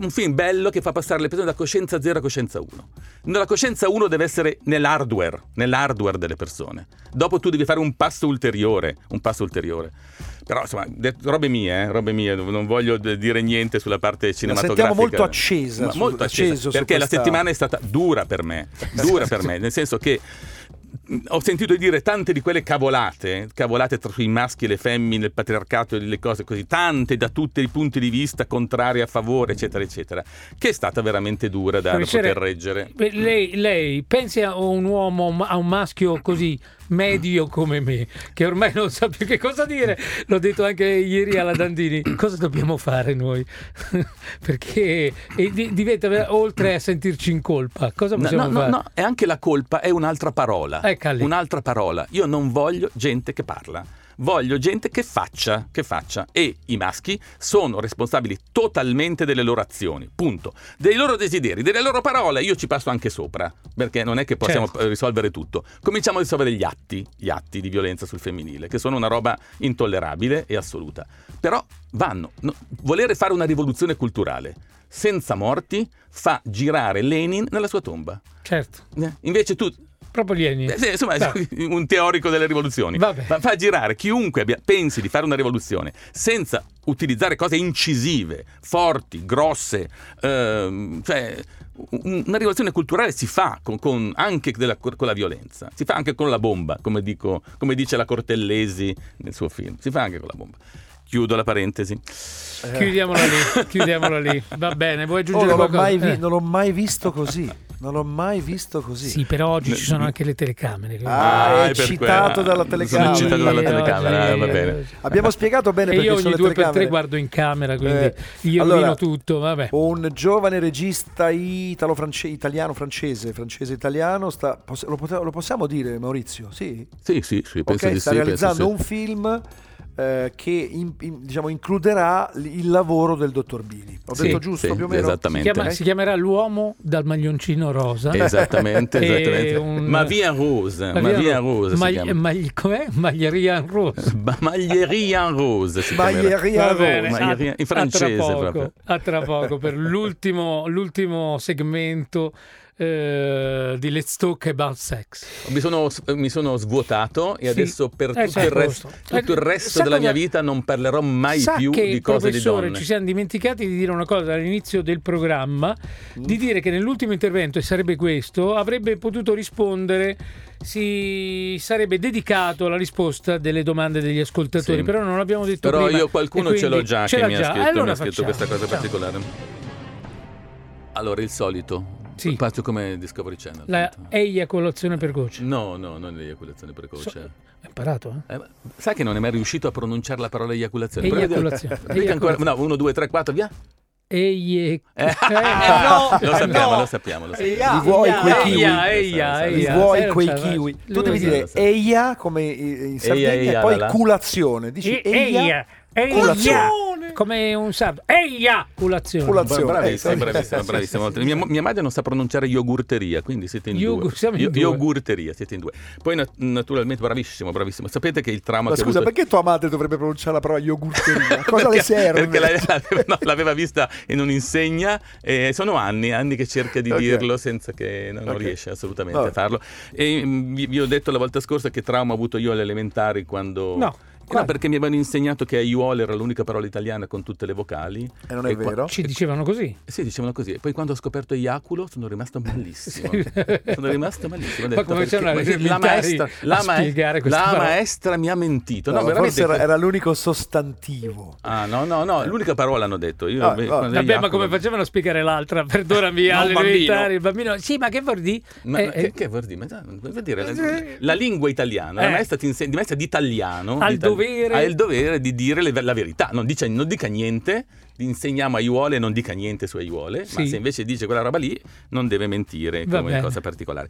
S3: un film bello che fa passare le persone da coscienza 0 a coscienza 1. La coscienza 1 deve essere nell'hardware, nell'hardware delle persone. Dopo tu devi fare un passo ulteriore, un passo ulteriore. Però insomma, de- robe mie, eh, robe mie, non voglio de- dire niente sulla parte cinematografica.
S4: molto accesa
S3: Ma
S4: su-
S3: molto accesa,
S4: acceso su
S3: perché la
S4: questa-
S3: settimana è stata dura per me, dura per me, nel senso che mm, ho sentito dire tante di quelle cavolate, cavolate tra i maschi e le femmine, il patriarcato e le cose così, tante da tutti i punti di vista, contrarie a favore, eccetera, eccetera, che è stata veramente dura da, da
S2: Professore,
S3: poter reggere.
S2: Beh, Lei, lei pensi a un uomo, a un maschio così medio come me, che ormai non sa più che cosa dire. L'ho detto anche ieri alla Dandini. Cosa dobbiamo fare noi? Perché e di- diventa ver- oltre a sentirci in colpa, cosa
S3: No,
S2: possiamo
S3: no, no,
S2: fare?
S3: no, e anche la colpa è un'altra parola.
S2: Ecca lì.
S3: Un'altra parola. Io non voglio gente che parla. Voglio gente che faccia, che faccia. E i maschi sono responsabili totalmente delle loro azioni, punto. Dei loro desideri, delle loro parole. Io ci passo anche sopra, perché non è che possiamo
S2: Certo.
S3: eh, risolvere tutto. Cominciamo a risolvere gli atti, gli atti di violenza sul femminile, che sono una roba intollerabile e assoluta. Però vanno. no, volere fare una rivoluzione culturale senza morti fa girare Lenin nella sua tomba.
S2: Certo,
S3: Eh, Invece tu,
S2: proprio gli alieni.
S3: eh, sì, insomma,
S2: Beh.
S3: un teorico delle rivoluzioni,
S2: Vabbè.
S3: fa fa girare chiunque abbia- pensi di fare una rivoluzione senza utilizzare cose incisive, forti, grosse, ehm, cioè un- una rivoluzione culturale si fa con, con- anche della- con la violenza, si fa anche con la bomba, come, dico- come dice la Cortellesi nel suo film, si fa anche con la bomba. Chiudo la parentesi.
S2: Chiudiamola lì, chiudiamola lì. Va bene, vuoi
S4: Oh,
S2: aggiungere
S4: non, l'ho
S2: qualcosa?
S4: mai vi-
S2: Eh.
S4: non l'ho mai visto così. Non l'ho mai visto così.
S2: Sì, però oggi ci sono anche le telecamere. quindi-
S4: Ah, è
S3: per
S4: citato dalla
S3: Sono
S4: telecamera.
S3: citato dalla
S4: Sì,
S3: telecamera,
S2: oggi-
S3: va bene.
S4: Abbiamo spiegato bene
S2: E
S4: perché
S2: io
S4: sono
S2: ogni
S4: le
S2: due per tre
S4: telecamere.
S2: guardo in camera, quindi
S4: Eh,
S2: io
S4: allora,
S2: rovino tutto, vabbè.
S4: Un giovane regista italo-france- italiano-francese, francese-italiano, sta- poss- lo, pote- lo possiamo dire Maurizio? Sì?
S3: Sì, sì, sì, penso
S4: Ok,
S3: di
S4: sta
S3: sì, penso
S4: realizzando
S3: sì.
S4: un film eh, che in- in- diciamo, includerà l- il lavoro del dottor Bini. Ho
S3: Sì,
S4: detto giusto
S3: sì,
S4: più o meno?
S2: Si,
S3: esattamente.
S2: chiama-
S4: Ok.
S2: si chiamerà l'uomo dal maglioncino rosa.
S3: Eh, Esattamente,
S2: E
S3: esattamente.
S2: un-
S3: Ma via Rose, ma
S2: Maria
S3: via
S2: Ro-
S3: Rose si
S2: Mag-
S3: chiama.
S2: Mag- com'è? Maglieria rosa.
S3: Ba- Maglieria Rose si chiamerà.
S4: Baglieria
S2: Va
S4: Rose.
S2: bene,
S3: ma
S2: a-
S3: in- in
S2: a
S3: francese
S2: tra poco,
S3: proprio.
S2: a tra poco per l'ultimo, l'ultimo segmento eh, di Let's Talk About Sex.
S3: Mi sono, mi sono svuotato e
S2: Sì.
S3: adesso per
S2: Eh,
S3: tutto,
S2: sì,
S3: il, rest-
S2: giusto.
S3: tutto il
S2: Eh,
S3: resto
S2: sa
S3: della mia
S2: cosa-
S3: vita non parlerò mai
S2: Sa
S3: più
S2: che,
S3: di cose di
S2: professore,
S3: donne.
S2: ci siamo dimenticati di dire una cosa all'inizio del programma,
S3: Mm.
S2: di dire che nell'ultimo intervento, e sarebbe questo, avrebbe potuto rispondere, si sarebbe dedicato alla risposta delle domande degli ascoltatori,
S3: Sì.
S2: però non l'abbiamo detto
S3: Però
S2: prima,
S3: io
S2: e
S3: qualcuno
S2: quindi
S3: ce l'ho già
S2: ce
S3: che
S2: l'ha
S3: mi ha
S2: già.
S3: scritto, mi
S2: Allora
S3: ha scritto questa
S2: facciamo,
S3: cosa
S2: facciamo.
S3: particolare. Allora, il solito.
S2: Sì.
S3: Faccio come Discovery Channel.
S2: La
S3: appunto.
S2: eiaculazione precoce.
S3: No, no, non l'eiaculazione precoce.
S2: So- Hai imparato, eh?
S3: Eh, ma sai che non è mai riuscito a pronunciare la parola eiaculazione? Prova a dire-
S2: Eiaculazione.
S3: Dica ancora, no, 1, 2, 3, 4, via.
S2: Eie... no, eh,
S3: Eh, lo sappiamo,
S2: no. ah,
S3: lo sappiamo, lo sappiamo.
S4: Li vuoi quei
S2: Eia,
S4: kiwi?
S2: eia,
S4: Esatto,
S2: eia,
S3: Li
S4: Li
S2: eia.
S4: vuoi
S2: Eh, non
S4: quei
S2: ce la faccio.
S4: kiwi?
S2: Lui
S4: Tu
S2: lo
S4: devi
S2: sa.
S3: lo
S4: dire
S3: sa.
S4: eia come in in Sardegna
S3: eia,
S4: e poi
S3: la la.
S4: culazione. Dici
S2: E-
S4: eia,
S2: Eia, eia,
S4: Colazione.
S2: come un sabato. Eia, colazione.
S4: Colazione.
S3: Bra- Bravissimo,
S4: Eh, sì.
S3: bravissimo, bravissimo. Mia, mia madre non sa pronunciare yogurteria, quindi siete in
S2: Yogur-
S3: due.
S2: siamo in
S3: Yo-
S2: due.
S3: Yogurteria, siete in due. Poi nat- naturalmente, bravissimo, bravissimo. Sapete che il trauma
S4: Ma
S3: che ho
S4: scusa,
S3: avuto...
S4: perché tua madre dovrebbe pronunciare la parola yogurteria? Cosa le
S3: Perché-
S4: serve? Cioè,
S3: Perché la- l'aveva, no, l'aveva vista in un'insegna e sono anni, anni che cerca di
S4: Ok.
S3: dirlo senza che non, non
S4: Ok.
S3: riesce assolutamente
S4: Vabbè.
S3: a farlo. E mm, vi, vi ho detto la volta scorsa che trauma ho avuto io alle elementari quando...
S2: No,
S3: No,
S2: guarda,
S3: perché mi avevano insegnato che aiuolo era l'unica parola italiana con tutte le vocali.
S4: E eh, non è
S3: E qua- cioè,
S4: vero?
S2: ci dicevano così.
S3: Sì, dicevano così. E poi quando ho scoperto Iaculo sono rimasto malissimo.
S2: Sì.
S3: sono rimasto malissimo. Ho
S2: Ma
S3: detto,
S2: come
S3: perché-
S2: c'erano le
S3: perché la
S2: elementari
S3: maestra,
S2: a
S3: la, mae-
S2: spiegare questa
S3: la
S2: parola?
S3: maestra mi ha mentito. No,
S4: No,
S3: veramente.
S4: forse era, era l'unico sostantivo.
S3: Ah, no, no, no, l'unica parola hanno detto. Io,
S4: Ah,
S3: beh,
S4: ah.
S3: quando
S2: Vabbè, ma
S3: Iaculo-
S2: come facevano a spiegare l'altà? Perdonami,
S3: Ma un
S2: alle
S3: bambino.
S2: elementari, il bambino. Sì, ma che vuol dire?
S3: Ma
S2: Eh,
S3: ma
S2: eh,
S3: che, che vuol dire? Ma dai, vuol dire la,
S2: Eh.
S3: la lingua italiana,
S2: Eh.
S3: la maestra ti insegna, la maestra di italiano
S2: Ha
S3: di
S2: il
S3: itali-
S2: dovere-
S3: ha il dovere di dire le- la verità, non, dice- non dica niente, insegniamo aiuole, non dica niente su aiuole, ma
S2: Sì.
S3: se invece dice quella roba lì non deve mentire
S2: Va
S3: come
S2: bene.
S3: cosa particolare.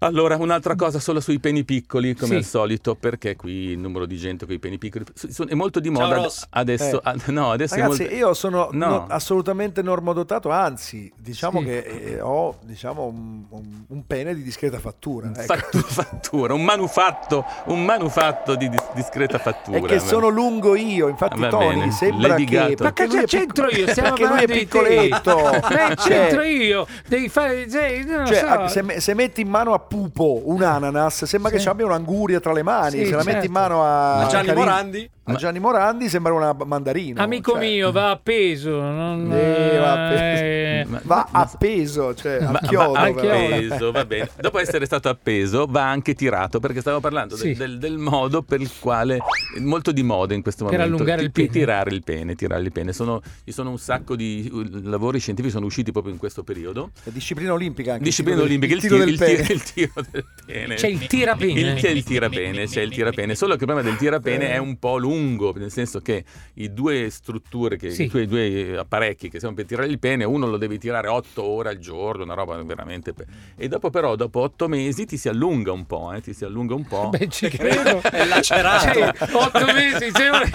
S3: Allora, un'altra cosa solo sui peni piccoli, come
S2: Sì.
S3: al solito, perché qui il numero di gente con i peni piccoli so- sono- è molto di
S5: Ciao,
S3: moda ad-
S5: Ross.
S3: adesso.
S4: Eh.
S3: ad- no, adesso è
S4: Ragazzi,
S3: molto-
S4: io sono
S3: No.
S4: no- assolutamente normodotato, anzi, diciamo
S2: Sì.
S4: che eh, ho diciamo, un, un- un pene di discreta fattura. ecco.
S3: Fattu- fattura, un manufatto, un manufatto di dis- discreta fattura.
S4: È che sono lungo io, infatti
S3: Va
S4: Tony
S3: bene.
S4: sembra
S3: Lady
S4: che...
S3: Gaga.
S2: Ma
S4: perché
S2: che
S4: lui è
S2: c'è c'entro
S4: piccolo-
S2: io? Stiamo
S4: Perché lui è
S2: parlando di te.
S4: piccoletto.
S2: Ma
S4: Cioè-
S2: c'entro io? Devi fare. cioè, non lo
S4: Cioè,
S2: so.
S4: ah, se, me- se metti in mano a Pupo un ananas, sembra
S2: Sì.
S4: che ci abbia un'anguria tra le mani.
S2: Sì,
S4: se la metti
S2: certo.
S4: in mano a
S5: A Gianni
S4: Calin-
S5: Morandi
S4: A Gianni Morandi sembra una b- mandarina.
S2: Amico
S4: cioè,
S2: mio, va appeso. Non...
S4: Sì, va appeso.
S2: eh,
S3: Ma-
S4: Va appeso, cioè
S3: Va-
S4: a
S2: Ah,
S3: va
S4: chiodo.
S2: a
S4: però.
S2: chiodo.
S3: appeso, va bene. Dopo essere stato appeso, va anche tirato perché stavo parlando de-
S2: Sì.
S3: del, del modo per il quale molto di moda in questo
S2: Per
S3: momento
S2: allungare
S3: ti-
S2: il pene.
S3: ti- tirare il pene, tirare il pene. Sono, ci sono un sacco di uh, lavori scientifici sono usciti proprio in questo periodo.
S4: È Disciplina olimpica anche.
S3: Disciplina olimpica, il
S4: tiro
S3: tiro,
S4: del
S3: il tiro-
S4: pene.
S3: il tiro del pene.
S2: C'è il tirapene.
S3: Il- C'è il tirapene, c'è il tirapene. Solo che il problema del
S2: Eh.
S3: tirapene è un po' lungo, nel senso che i due strutture, che,
S2: Sì.
S3: i tuoi due eh, apparecchi che sono per tirare il pene, uno lo devi tirare 8 ore al giorno, una roba veramente... pe- E dopo però, dopo 8 mesi ti si allunga un po', eh, ti si allunga un po'.
S2: Beh, ci credo.
S5: È lacerato.
S2: Cioè, otto mesi, sei ore-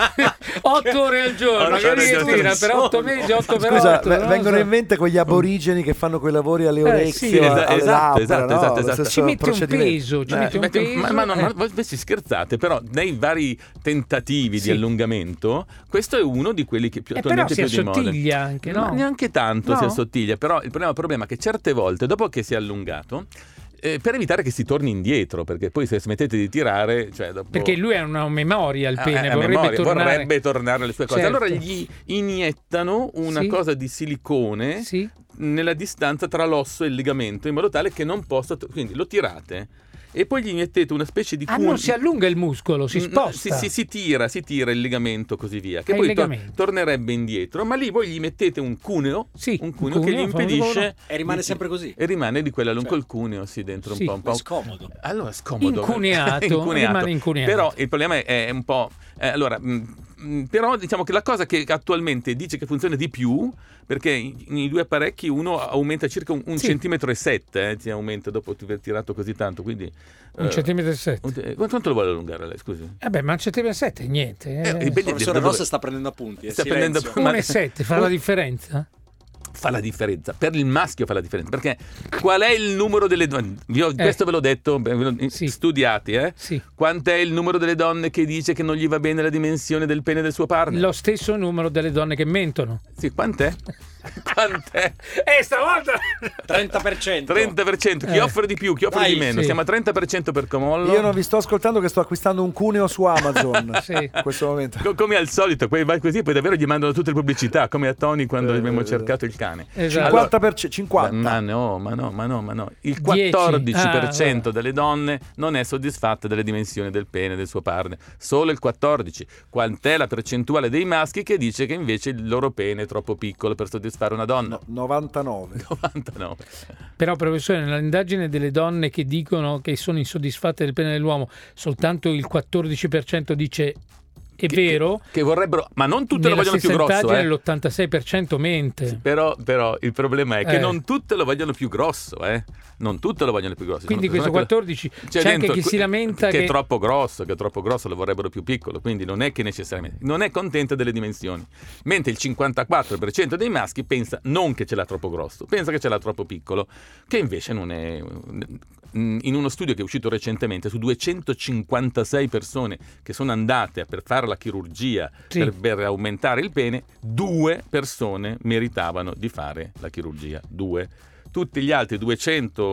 S2: otto ore al giorno.
S3: Otto ore
S2: magari
S3: al giorno.
S2: tira per otto mesi, otto per
S4: Scusa,
S2: otto.
S4: ve-
S2: non lo
S4: vengono
S2: so.
S4: in mente quegli aborigeni che fanno quei lavori alle orecchie,
S2: Eh, sì,
S4: o
S3: esa-
S4: alle
S3: esatto,
S4: labbra,
S3: esatto,
S4: no?
S3: esatto,
S4: Lo
S3: esatto.
S4: stesso
S2: Ci mette un
S4: procedimento.
S2: peso, ci
S3: Eh,
S2: mette un
S3: metti-
S2: peso.
S3: ma, ma no,
S2: eh.
S3: ma voi- voi ci scherzate, però nei vari tentativi
S2: Sì.
S3: di allungamento, questo è uno di quelli che più,
S2: Eh, però
S3: attualmente
S2: si
S3: più di moda.
S2: assottiglia anche,
S3: Ma
S2: no?
S3: neanche tanto
S2: No.
S3: si assottiglia, però il problema, il problema è che certe volte, dopo che si è allungato, eh, per evitare che si torni indietro, perché poi se smettete di tirare, cioè dopo-
S2: Perché lui ha una memoria al
S3: Ah,
S2: pene,
S3: eh, a
S2: vorrebbe,
S3: memoria,
S2: tornare...
S3: vorrebbe tornare alle sue cose.
S2: Certo.
S3: Allora gli iniettano una
S2: Sì.
S3: cosa di silicone
S2: Sì.
S3: nella distanza tra l'osso e il ligamento, in modo tale che non possa. to- quindi lo tirate e poi gli mettete una specie di
S2: Ah,
S3: cun-
S2: non si allunga il muscolo, si
S3: Mm,
S2: sposta.
S3: Si, si- si tira, si tira il legamento così via, che
S2: Ah, il
S3: poi to-
S2: legamento.
S3: tornerebbe indietro, ma lì voi gli mettete un cuneo,
S2: Sì,
S3: un cuneo che gli
S2: fa un lavoro.
S3: impedisce
S5: E rimane sempre così.
S3: e rimane di quella lungo
S5: Cioè.
S3: il cuneo, sì, dentro
S2: Sì.
S3: un po', un
S5: È
S3: po'.
S5: scomodo.
S3: Allora è scomodo.
S2: Incuneato, rimane incuneato.
S3: Però il problema è, è un po'... eh, allora, mh, mh, però diciamo che la cosa che attualmente dice che funziona di più, perché i- nei due apparecchi uno aumenta circa un, un
S2: Sì.
S3: centimetro e sette, eh, ti aumenta dopo aver tirato così tanto, quindi...
S2: Un
S3: eh,
S2: centimetro e sette.
S3: un- eh, Quanto lo vuole allungare lei, scusi?
S2: Vabbè, ma un centimetro e sette, niente. eh.
S3: Eh, i
S5: Il
S3: belli-
S5: professore
S3: dove-
S5: Rossa sta prendendo appunti. eh,
S3: Sta
S5: silenzio.
S3: prendendo appunti.
S2: Un
S3: ma-
S2: e sette, fa la differenza?
S3: fa la differenza. Per il maschio fa la differenza. Perché qual è il numero delle donne? Vi ho- questo ve l'ho detto, beh, ve l'ho-
S2: Sì.
S3: studiati, eh?
S2: Sì.
S3: Quant'è il numero delle donne che dice che non gli va bene la dimensione del pene del suo partner?
S2: Lo stesso numero delle donne che mentono.
S3: Sì, quant'è? quant'è? Eh,
S2: E stavolta...
S5: 30%.
S3: 30%, chi
S2: Eh.
S3: offre di più, chi offre
S5: Dai,
S3: di meno,
S2: sì.
S3: siamo a 30% per Comollo.
S4: Io non vi sto ascoltando che sto acquistando un cuneo su Amazon
S2: Sì.
S4: in questo momento.
S3: Co- Come al solito, poi vai così, poi davvero gli mandano tutte le pubblicità, come a Tony quando
S4: Eh,
S3: abbiamo
S4: eh,
S3: cercato il cane.
S2: Esatto.
S4: 50 per ce- 50.
S3: Ma no, ma no, ma no, ma no. Il
S2: 10.
S3: 14%
S2: Ah,
S3: delle donne non è soddisfatta delle dimensioni del pene del suo partner. Solo il 14%. Quant'è la percentuale dei maschi che dice che invece il loro pene è troppo piccolo per soddisfare una donna?
S4: No, 99.
S3: 99.
S2: Però, professore, nell'indagine delle donne che dicono che sono insoddisfatte del pene dell'uomo, soltanto il 14% dice è
S3: Che-
S2: vero.
S3: Che vorrebbero, ma non tutte lo
S2: Nella
S3: vogliono più
S2: stessa
S3: grosso,
S2: indagine
S3: eh.
S2: L'86% mente.
S3: Sì, Però, però il problema è che
S2: Eh.
S3: non tutte lo vogliono più grosso, eh. Non tutte lo vogliono più grosso.
S2: Quindi
S3: Sono-
S2: questo
S3: sono quelle-
S2: 14 c'è, anche
S3: dentro
S2: chi
S3: que-
S2: si lamenta
S3: che,
S2: che,
S3: è troppo grosso, che è troppo grosso, lo vorrebbero più piccolo, quindi non è che necessariamente non è contenta delle dimensioni. Mentre il 54% dei maschi pensa non che ce l'ha troppo grosso, pensa che ce l'ha troppo piccolo, che invece non è mm, in uno studio che è uscito recentemente su 256 persone che sono andate per fare la chirurgia
S2: Sì.
S3: per, per aumentare il pene, due persone meritavano di fare la chirurgia, due. Tutti gli altri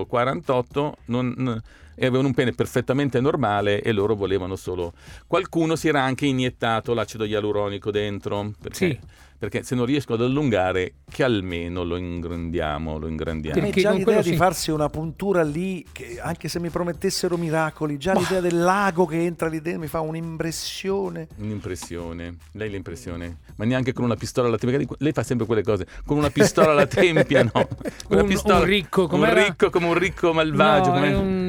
S3: 248 non, n- e avevano un pene perfettamente normale e loro volevano solo... Qualcuno si era anche iniettato l'acido ialuronico dentro, perché,
S2: Sì.
S3: perché se non riesco ad allungare, che almeno lo ingrandiamo, lo ingrandiamo.
S4: A me
S2: Perché
S4: già
S2: con
S4: l'idea
S2: quello
S4: di
S2: sì.
S4: farsi una puntura lì, che anche se mi promettessero miracoli, già l'idea del lago che entra lì dentro mi fa un'impressione.
S3: Un'impressione, lei l'impressione, ma neanche con una pistola alla tempia, perché lei fa sempre quelle cose, con una pistola alla tempia no, Con la
S2: Un-
S3: pistola-
S2: un ricco,
S3: un
S2: com'era?
S3: ricco come un ricco malvagio,
S2: No,
S3: come-
S2: è un-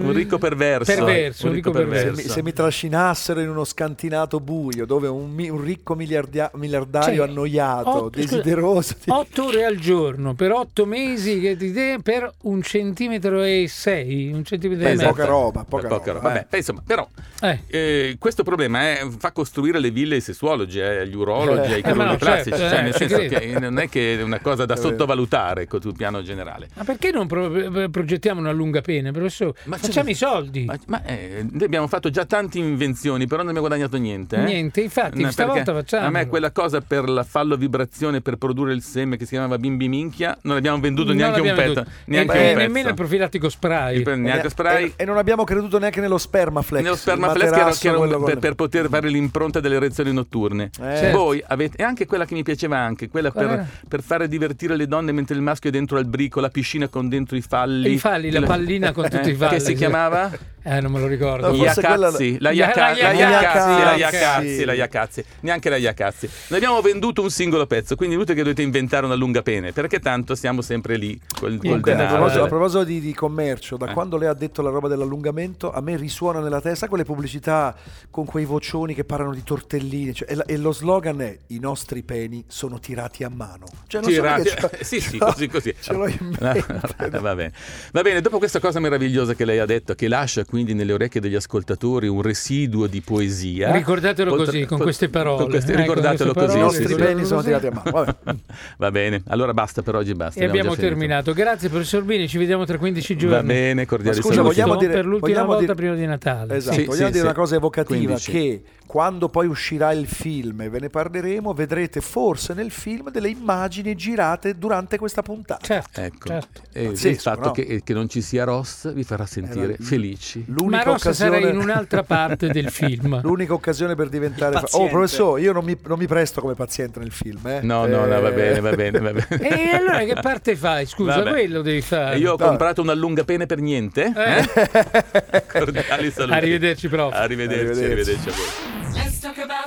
S3: un ricco perverso,
S2: Perverso, un ricco
S4: Se
S2: perverso.
S4: mi, se mi trascinassero in uno scantinato buio dove un, mi- un ricco miliardia- miliardario
S2: Cioè,
S4: annoiato,
S2: otto-
S4: desideroso di...
S2: 8 ore al giorno per 8 mesi che ti de- per un centimetro e 6, un centimetro
S3: Beh,
S2: e
S3: esatto.
S2: mezzo.
S4: poca roba, poca roba,
S3: Vabbè,
S4: eh.
S3: beh, insomma, però
S2: Eh.
S3: eh, questo problema eh, fa costruire le ville ai sessuologi, eh, agli urologi,
S4: Eh.
S3: ai
S4: Eh,
S3: chirurghi
S2: ma no,
S3: plastici,
S2: certo,
S3: cioè,
S2: eh,
S3: nel
S2: ci
S3: senso
S2: credo.
S3: che non è che è una cosa da
S4: È vero.
S3: sottovalutare ecco, sul piano generale.
S2: Ma perché non pro- progettiamo una eh, lunga pena, professore?
S3: Ma
S2: facciamo i soldi.
S3: Ma, ma, eh, noi abbiamo fatto già tante invenzioni, però non abbiamo guadagnato niente. eh.
S2: Niente, infatti,
S3: No,
S2: stavolta
S3: perché
S2: facciamo.
S3: A me quella cosa per la fallo vibrazione per produrre il seme che si chiamava Bimbi Minchia, non abbiamo venduto
S2: Non
S3: neanche un
S2: l'abbiamo
S3: pezzo.
S2: detto.
S3: Neanche
S2: e,
S3: un pezzo.
S2: nemmeno il profilattico spray.
S3: Il per-
S4: E,
S3: neanche spray.
S4: e- e non abbiamo creduto neanche nello spermaflex.
S3: nello
S4: il
S3: spermaflex che era,
S4: materasso,
S3: che era un-
S4: quello con-
S3: per, per poter fare l'impronta delle erezioni notturne.
S4: Eh.
S3: Voi avete, e anche quella che mi piaceva anche, quella
S2: certo. Qual
S3: per,
S2: era?
S3: per fare divertire le donne mentre il maschio è dentro al brico, la piscina con dentro i falli.
S2: I falli, la pallina con tutti
S3: Eh,
S2: i falli.
S3: Che si chiamava?
S2: Eh, non me lo ricordo.
S4: No, forse quella-
S3: Iacazzi, la
S2: La
S3: Iacazzi, la Iacazzi,
S2: Iacazzi,
S3: la
S2: ok.
S3: Iacazzi, la Iacazzi, neanche la Iacazzi. Ne abbiamo venduto un singolo pezzo, quindi è inutile che dovete inventare una lunga pene, perché tanto siamo sempre lì col, col
S2: Comunque,
S4: Comunque, a
S3: denaro.
S4: proposito,
S2: eh.
S4: a proposito di, di commercio, da
S3: Eh.
S4: quando lei ha detto la roba dell'allungamento, a me risuona nella testa quelle pubblicità con quei vocioni che parlano di tortelline. cioè, e, la- e lo slogan è: I nostri peni sono tirati a mano. Cioè, non so
S3: Tirati-
S4: perché ce l'ho-
S3: sì, sì,
S4: ce l'ho-
S3: così, così.
S4: Ce l'ho in mente.
S3: Va bene. Va bene, dopo questa cosa meravigliosa che lei ha detto, che lascia quindi nelle orecchie degli ascoltatori un residuo di poesia.
S2: Ricordatelo
S3: Potre-
S2: così, con
S3: pot-
S2: queste parole.
S3: con queste-
S2: Eh, con
S3: ricordatelo
S2: queste parole,
S3: così. sì,
S4: I nostri
S3: sì.
S2: ricordatelo
S4: peni sono
S2: così.
S4: tirati a mano. Vabbè.
S3: Va bene, allora basta per oggi, basta.
S2: E abbiamo
S3: già finito.
S2: terminato. Grazie, professor Bini. Ci vediamo tra 15 giorni.
S3: Va bene,
S4: Ma
S3: cordiali
S4: scusa,
S2: saluto.
S3: saluti.
S4: vogliamo dire
S2: Per l'ultima
S4: vogliamo
S2: volta
S4: dire-
S2: prima di Natale.
S4: Esatto,
S3: Sì,
S4: vogliamo
S3: sì,
S4: dire
S3: sì.
S4: una cosa evocativa
S3: 15.
S4: che quando poi uscirà il film e ve ne parleremo, vedrete forse nel film delle immagini girate durante questa puntata.
S2: Certo,
S3: Ecco,
S2: certo.
S3: e il
S4: Pazzesco,
S3: fatto
S4: Ah, no?
S3: che, che non ci sia Ross vi farà sentire
S4: Eh,
S3: felici.
S2: Ma
S4: L'unica
S2: Ross sarà
S4: occasione-
S2: in un'altra parte del film.
S4: L'unica occasione per diventare. fa- oh,
S5: paziente.
S4: professore, io non mi, non mi presto come paziente nel film. eh.
S3: No, no, no, va
S4: Eh,
S3: bene, va bene, va bene.
S2: E allora che parte fai? Scusa,
S3: Vabbè.
S2: quello devi fare.
S3: E io ho
S4: Vabbè.
S3: comprato una lunga pene per niente.
S2: Cioè, Eh.
S3: eh? Cordiali saluti.
S2: Arrivederci, prof.
S3: Arrivederci,
S4: Arrivederci.
S3: arrivederci a voi.
S1: Let's talk about